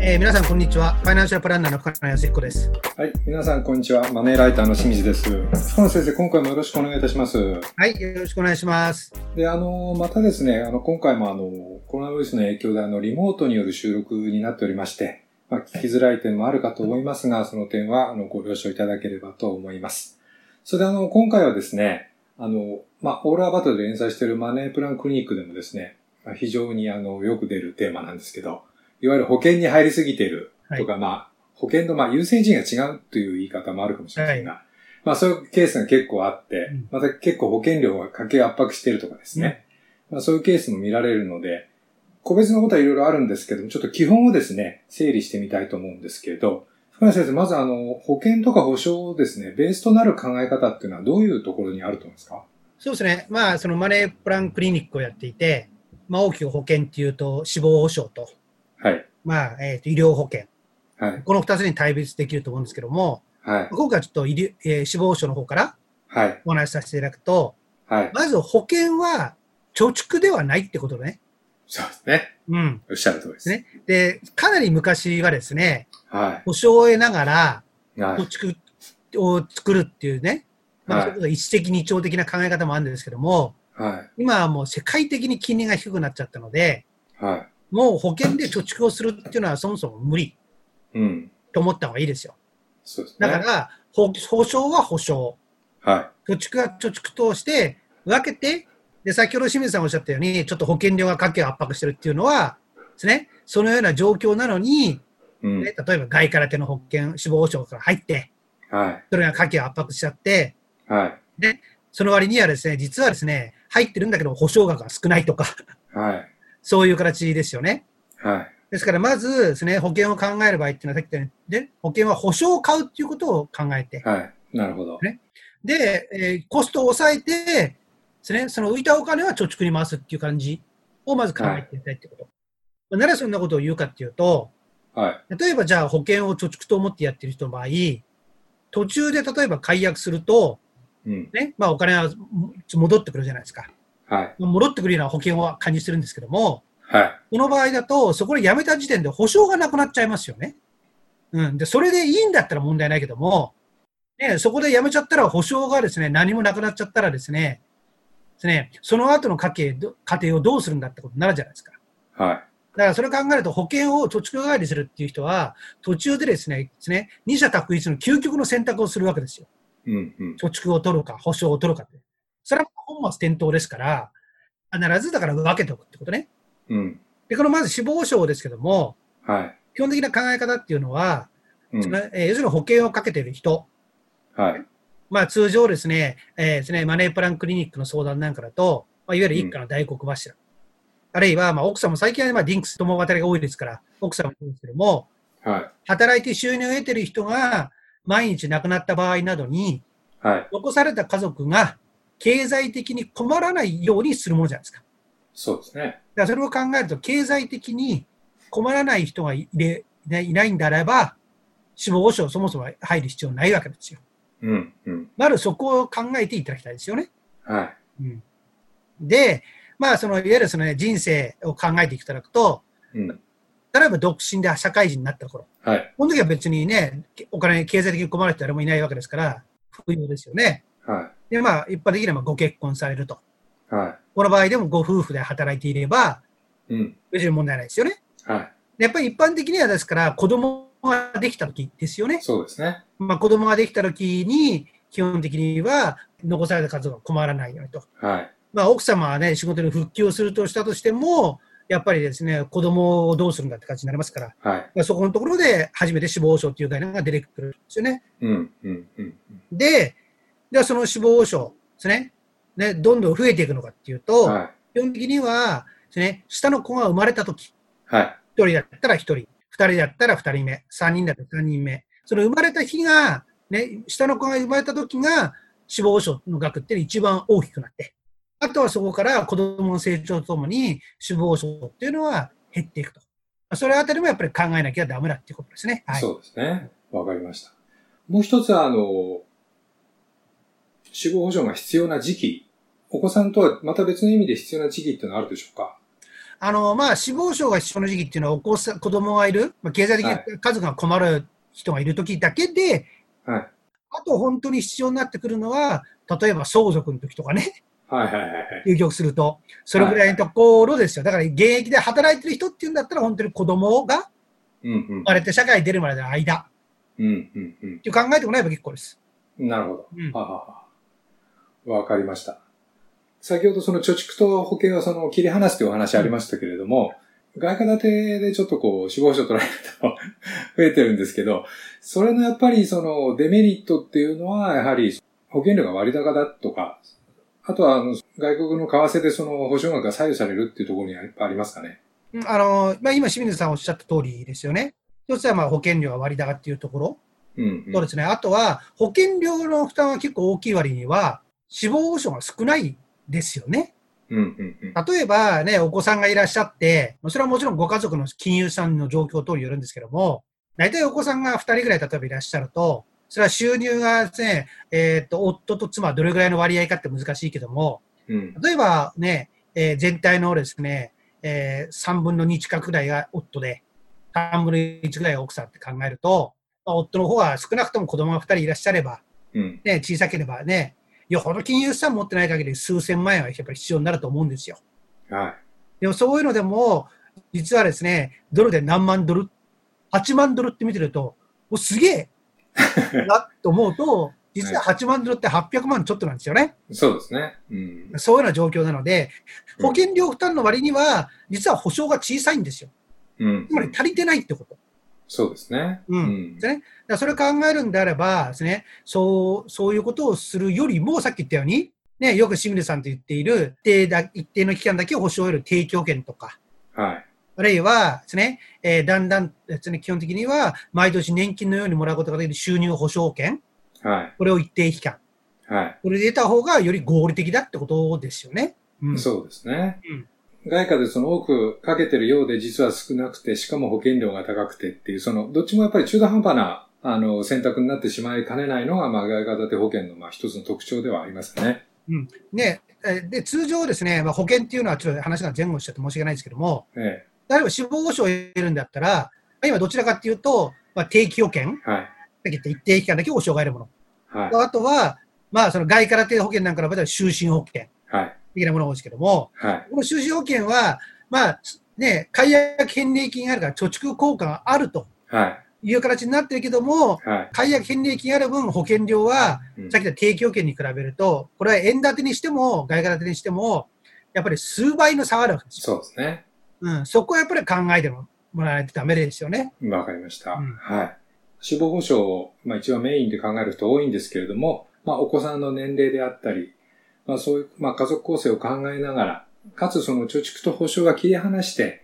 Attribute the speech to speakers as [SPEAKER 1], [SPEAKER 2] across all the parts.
[SPEAKER 1] えー皆さんこんにちは。ファイナンシャルプランナーの深野康彦です。
[SPEAKER 2] はい、皆さんこんにちは。マネーライターの清水です。深野先生、今回もよろしくお願いいたします。
[SPEAKER 1] はい、よろしくお願いします。
[SPEAKER 2] で、あの、またですね、あの、今回もあの、コロナウイルスの影響であの、リモートによる収録になっておりまして、まあ、聞きづらい点もあるかと思いますが、その点は、あの、ご了承いただければと思います。それであの、今回はですね、あの、まあ、オーラーバトルで連載しているマネープランクリニックでもですね、まあ非常にあの、よく出るテーマなんですけど、いわゆる保険に入りすぎているとか、まあ、保険のまあ優先順位が違うという言い方もあるかもしれませんが、まあそういうケースが結構あって、
[SPEAKER 1] ん
[SPEAKER 2] また結構保険料が家計を圧迫しているとかですね、まあそういうケースも見られるので、個別のことはいろいろあるんですけども、ちょっと基本をですね、整理してみたいと思うんですけれど、深谷先生、まずあの、保険とか保証をですね、ベースとなる考え方っていうのはどういうところにあると思いますか
[SPEAKER 1] そうですね。まあ、そのマネープランクリニックをやっていて、まあ、大きく保険っていうと、死亡保障と、
[SPEAKER 2] はい。
[SPEAKER 1] まあ、えっ、と、医療保険。
[SPEAKER 2] はい。
[SPEAKER 1] この2つに対立できると思うんですけども、
[SPEAKER 2] はい。
[SPEAKER 1] 今回はちょっと医療、えー死亡保障の方から
[SPEAKER 2] はい。
[SPEAKER 1] お話しさせていただくと、
[SPEAKER 2] はい。
[SPEAKER 1] まず保険は貯蓄ではないってことね。
[SPEAKER 2] そうですね。
[SPEAKER 1] うん。
[SPEAKER 2] おっしゃる通りです。
[SPEAKER 1] ねで、かなり昔はですね、
[SPEAKER 2] は
[SPEAKER 1] 保証を得ながら、
[SPEAKER 2] い。は
[SPEAKER 1] 貯
[SPEAKER 2] い。
[SPEAKER 1] 蓄を作るっていうね、まあ、
[SPEAKER 2] はい
[SPEAKER 1] それこそ一石二鳥的な考え方もあるんですけども、
[SPEAKER 2] はい。
[SPEAKER 1] 今はもう世界的に金利が低くなっちゃったので、
[SPEAKER 2] は
[SPEAKER 1] もう保険で貯蓄をするっていうのはそもそも無理
[SPEAKER 2] い。うん。
[SPEAKER 1] と思った方がいいですよ。
[SPEAKER 2] そうですね。
[SPEAKER 1] だから、保保証は保証。
[SPEAKER 2] は
[SPEAKER 1] 貯蓄は貯蓄として分けて、で、先ほど清水さんがおっしゃったように、ちょっと保険料が家計を圧迫してるっていうのは、ですね、そのような状況なのに、
[SPEAKER 2] い。うん。
[SPEAKER 1] ね例えば外から手の保険、死亡保障から入って、
[SPEAKER 2] は
[SPEAKER 1] それが家計を圧迫しちゃって、
[SPEAKER 2] い。はい。
[SPEAKER 1] その割にはですね、実はですね、入ってるんだけど保証額が少ないとか、
[SPEAKER 2] はい。
[SPEAKER 1] そういう形ですよね。
[SPEAKER 2] はい。
[SPEAKER 1] ですから、まずですね、保険を考える場合っていうのは、さっき言ったように、で保険は保証を買うっていうことを考えて、
[SPEAKER 2] はい。なるほど。
[SPEAKER 1] で、えーコストを抑えて、ですね、その浮いたお金は貯蓄に回すっていう感じをまず考えていただいってこと。なぜそんなことを言うかっていうと、
[SPEAKER 2] はい。
[SPEAKER 1] 例えばじゃあ保険を貯蓄と思ってやってる人の場合、途中で例えば解約すると、
[SPEAKER 2] うん。
[SPEAKER 1] ね、まあお金は戻ってくるじゃないですか。
[SPEAKER 2] はい。
[SPEAKER 1] 戻ってくるような保険を加入してるんですけども、
[SPEAKER 2] はい。
[SPEAKER 1] この場合だと、そこで辞めた時点で保証がなくなっちゃいますよね。うん。で、それでいいんだったら問題ないけども、ね、そこで辞めちゃったら保証がですね、何もなくなっちゃったらですね、ですねその後の家計ど、家庭をどうするんだってことになるじゃないですか。
[SPEAKER 2] はい。
[SPEAKER 1] だからそれを考えると、保険を貯蓄代わりにするっていう人は、途中でですね、ですね二者択一の究極の選択をするわけですよ。
[SPEAKER 2] うん。うん。
[SPEAKER 1] 貯蓄を取るか、保証を取るかって。それは本末転倒ですから、必ずだから分けておくってことね。
[SPEAKER 2] うん。
[SPEAKER 1] で、このまず死亡症ですけども、
[SPEAKER 2] はい。
[SPEAKER 1] 基本的な考え方っていうのは、
[SPEAKER 2] うん
[SPEAKER 1] そのえー要するに保険をかけている人、
[SPEAKER 2] はい。
[SPEAKER 1] まあ通常ですね,、えーですね、マネープランクリニックの相談なんかだと、まあ、いわゆる一家の大黒柱、あるいはまあ奥さんも最近はまあリンクス共働きが多いですから、奥さんも多いですけども、
[SPEAKER 2] はい。
[SPEAKER 1] 働いて収入を得ている人が毎日亡くなった場合などに、
[SPEAKER 2] はい。
[SPEAKER 1] 残された家族が経済的に困らないようにするものじゃないですか。
[SPEAKER 2] そうですね。
[SPEAKER 1] だからそれを考えると、経済的に困らない人がいれねいないんだらば、死亡保障そもそも入る必要ないわけですよ。
[SPEAKER 2] うん。うん。
[SPEAKER 1] まずそこを考えていただきたいですよね。
[SPEAKER 2] はい。
[SPEAKER 1] うん、で、まあ、そのいわゆるその、ね、人生を考えていただくと、
[SPEAKER 2] うん。
[SPEAKER 1] 例えば独身で社会人になった頃、
[SPEAKER 2] はい。
[SPEAKER 1] この時は別にね、お金、経済的に困る人誰もいないわけですから、不要ですよね。
[SPEAKER 2] は
[SPEAKER 1] で、まあ、一般的にはまあご結婚されると。
[SPEAKER 2] い。は
[SPEAKER 1] この場合でもご夫婦で働いていれば、
[SPEAKER 2] い。うん。
[SPEAKER 1] 別に問題ないですよね。
[SPEAKER 2] は
[SPEAKER 1] やっぱり一般的にはですから、子供ができた時ですよね
[SPEAKER 2] い。。そうですね。
[SPEAKER 1] まあ、子供ができた時に、基本的には残された数が困らないようにと。
[SPEAKER 2] はい。
[SPEAKER 1] まあ、奥様はね、仕事に復帰をするとしたとしても、やっぱりですね、子供をどうするんだって感じになりますから、
[SPEAKER 2] はい。
[SPEAKER 1] まあ、そこのところで初めて死亡保障っていう概念が出てくるんですよね。
[SPEAKER 2] うん。うん。うん。
[SPEAKER 1] で、じゃあその死亡保障ですね、ね、どんどん増えていくのかっていうと、
[SPEAKER 2] はい。
[SPEAKER 1] 基本的にはですね、下の子が生まれた時、
[SPEAKER 2] はい。
[SPEAKER 1] 一人だったら一人、二人だったら二人目、三人だったら三人目。その生まれた日が、ね、下の子が生まれた時が死亡保障の額って一番大きくなって、あとはそこから子供の成長とともに死亡保障っていうのは減っていくと。それあたりもやっぱり考えなきゃダメだっていうことですね。はい。
[SPEAKER 2] そうですね。わかりました。もう一つは、あの、死亡保障が必要な時期。お子さんとはまた別の意味で必要な時期ってのはあるでしょうか
[SPEAKER 1] あの、まあ、死亡症が必要な時期っていうのは、お子さん、子供がいる、まあ、経済的
[SPEAKER 2] は
[SPEAKER 1] な数が困る人がいる時だけで、
[SPEAKER 2] はい。
[SPEAKER 1] あと本当に必要になってくるのは、例えば相続の時とかね、
[SPEAKER 2] はいはいはいはい。
[SPEAKER 1] 入局すると、それぐらいのところですよ。だから現役で働いてる人っていうんだったら、本当に子供が
[SPEAKER 2] うんうん
[SPEAKER 1] 生。まれて社会に出るまでの間
[SPEAKER 2] うんうんうん
[SPEAKER 1] っていう考えてもらえば結構です。
[SPEAKER 2] なるほ
[SPEAKER 1] うん
[SPEAKER 2] ど。はあはあ わかりました。先ほどその貯蓄と保険はその切り離すというお話ありましたけれども、外貨建てでちょっとこう死亡者取られるの 増えてるんですけど、それのやっぱりそのデメリットっていうのはやはり保険料が割高だとか、あとはあの外国の為替でその保証額が左右されるっていうところにやっぱありますかね。
[SPEAKER 1] うんあの、まあ、今清水さんおっしゃった通りですよね。一つはまあ保険料は割高っていうところ。
[SPEAKER 2] うん、
[SPEAKER 1] そう
[SPEAKER 2] う
[SPEAKER 1] で
[SPEAKER 2] ん。
[SPEAKER 1] すね。あとは保険料の負担は結構大きい割には、死亡保障が少ないですよね。
[SPEAKER 2] うんうんうん。
[SPEAKER 1] 例えばね、お子さんがいらっしゃって、それはもちろんご家族の金融資産の状況等によるんですけども、大体お子さんが2人ぐらい例えばいらっしゃると、それは収入がですね、えーっと、夫と妻はどれぐらいの割合かって難しいけども、
[SPEAKER 2] うん。
[SPEAKER 1] 例えばね、えー全体のですね、え3分の2近くぐらいが夫で、3分の1ぐらいが奥さんって考えると、まあ夫の方は少なくとも子供が2人いらっしゃれば、
[SPEAKER 2] うん。
[SPEAKER 1] ね、小さければね、よほど金融資産持ってない限り数千万円はやっぱり必要になると思うんですよ。
[SPEAKER 2] はい。
[SPEAKER 1] でもそういうのでも、実はですね、ドルで何万ドル、8万ドルって見てると、おすげえなと思うと、実は8万ドルって800万ちょっとなんですよね。
[SPEAKER 2] そうですね。うん。
[SPEAKER 1] そういうような状況なので、保険料負担の割には、実は保証が小さいんですよ。
[SPEAKER 2] うん
[SPEAKER 1] つ。まり足りてないってこと。
[SPEAKER 2] そうですね。
[SPEAKER 1] うん
[SPEAKER 2] ん
[SPEAKER 1] ですね。だからそれを考えるんであればですね、そう、そういうことをするよりも、さっき言ったように、ね、よく清水さんと言っている、一定だ一定の期間だけ保証を得る定期保険とか、
[SPEAKER 2] はい。
[SPEAKER 1] あるいはですね、えーだんだんですね、基本的には毎年年金のようにもらうことができる収入保障権、
[SPEAKER 2] はい。
[SPEAKER 1] これを一定期間、
[SPEAKER 2] はい。
[SPEAKER 1] これで得た方がより合理的だってことですよね。うん、う。
[SPEAKER 2] そうですね
[SPEAKER 1] うん。
[SPEAKER 2] 外貨でその多くかけてるようで実は少なくて、しかも保険料が高くてっていう、その、どっちもやっぱり中途半端な、あの、選択になってしまいかねないのが、まあ、外貨建て保険の、まあ、一つの特徴ではありますね。
[SPEAKER 1] ね、えーで、通常ですね、まあ、保険っていうのはちょっと話が前後しちゃって申し訳ないんですけども、
[SPEAKER 2] え
[SPEAKER 1] 例えば死亡保障を得るんだったら、今どちらかっていうと、まあ、定期保険、さ
[SPEAKER 2] え。はい。
[SPEAKER 1] っき言った一定期間だけ保障が得るも
[SPEAKER 2] はい
[SPEAKER 1] の。。あとは、まあ、その外から定保険なんかの場合では終身保険
[SPEAKER 2] はい。
[SPEAKER 1] 的なものが多いですけども、
[SPEAKER 2] はい。
[SPEAKER 1] この収支保険は、まあね、解約返礼金があるから貯蓄効果があると
[SPEAKER 2] はい。
[SPEAKER 1] いう形になってるけども、
[SPEAKER 2] はい。
[SPEAKER 1] 解約返礼金がある分、保険料は
[SPEAKER 2] うん
[SPEAKER 1] さっき言った定期保険に比べると、これは円建てにしても、外貨建てにしても、やっぱり数倍の差があるわけですよ。
[SPEAKER 2] そうですね。
[SPEAKER 1] うん、そこはやっぱり考えてもらわないとダメですよね。
[SPEAKER 2] わかりました。
[SPEAKER 1] うん
[SPEAKER 2] はい。死亡保障を、まあ、一番メインで考える人多いんですけれども、まあ、お子さんの年齢であったり、まあ、そういう、まあ、家族構成を考えながら、かつその貯蓄と保障は切り離して、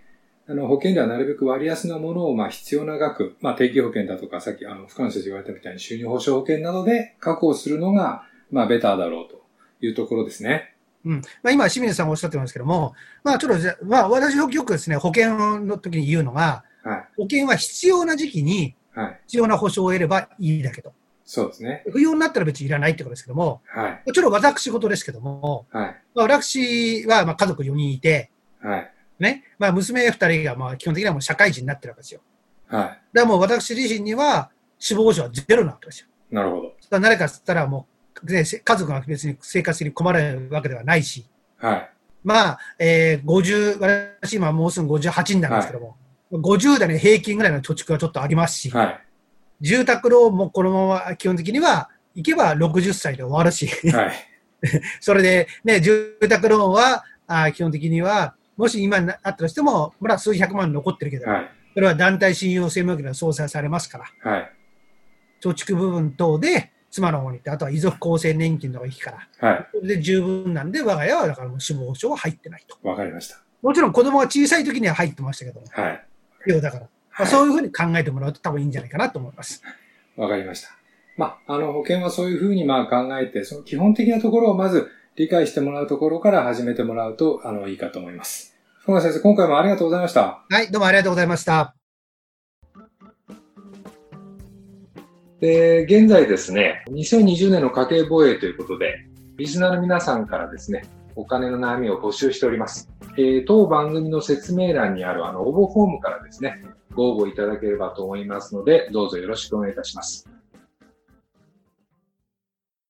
[SPEAKER 2] あの、保険ではなるべく割安なものを、まあ、必要な額、まあ、定期保険だとか、さっき、あの、深野先生が言われたみたいに収入保障保険などで確保するのが、まあ、ベターだろうというところですね。
[SPEAKER 1] うんまあ、今、清水さんがおっしゃってますけども、まあ、ちょっとじゃ、まあ、私よくですね、保険の時に言うのが、
[SPEAKER 2] はい。
[SPEAKER 1] 保険は必要な時期に
[SPEAKER 2] はい。
[SPEAKER 1] 必要な保証を得ればいいだけと。
[SPEAKER 2] そうですね。
[SPEAKER 1] 不要になったら別にいらないってことですけども、
[SPEAKER 2] はい。
[SPEAKER 1] ちょっと私事ですけども、
[SPEAKER 2] はい。
[SPEAKER 1] まあ、私はまあ家族4人いて、
[SPEAKER 2] はい。
[SPEAKER 1] ね、まあ、娘2人がまあ基本的にはもう社会人になってるわけですよ。
[SPEAKER 2] は
[SPEAKER 1] だからもう私自身には死亡保障はゼロなわけですよ。
[SPEAKER 2] い。なるほど。
[SPEAKER 1] だから誰かっつったらもう、ね、せ家族が別に生活に困るわけではないし、
[SPEAKER 2] はい。
[SPEAKER 1] まあ、えー、50、私今もうすぐ58になるんですけども、50代の平均ぐらいの貯蓄はちょっとありますし、
[SPEAKER 2] はい。
[SPEAKER 1] 住宅ローンもこのまま基本的には行けば60歳で終わるし、
[SPEAKER 2] はい。
[SPEAKER 1] それで、ね、住宅ローンは、あー基本的には、もし今なあったとしても、まだ数百万残ってるけど、
[SPEAKER 2] はい。
[SPEAKER 1] それは団体信用専門機で総裁されますから、
[SPEAKER 2] はい。
[SPEAKER 1] 貯蓄部分等で妻の方に行って、あとは遺族厚生年金の方がいいから、
[SPEAKER 2] はい。
[SPEAKER 1] それで十分なんで、我が家はだからもう死亡保障は入ってないと。
[SPEAKER 2] わかりました。
[SPEAKER 1] もちろん子供が小さい時には入ってましたけども、
[SPEAKER 2] はい。
[SPEAKER 1] 要だから、まあ、そういうふうに考えてもらうと多分いいんじゃないかなと思います。
[SPEAKER 2] わかりました。まあ、あの、保険はそういうふうにまあ考えて、その基本的なところをまず理解してもらうところから始めてもらうと、あの、いいかと思います。福野先生、今回もありがとうございました。
[SPEAKER 1] はい、どうもありがとうございました。
[SPEAKER 2] で、現在ですね、2020年の家計防衛ということで、リスナーの皆さんからですね、お金の悩みを募集しております。えー当番組の説明欄にあるあの応募フォームからですね、ご応募いただければと思いますので、どうぞよろしくお願いいたします。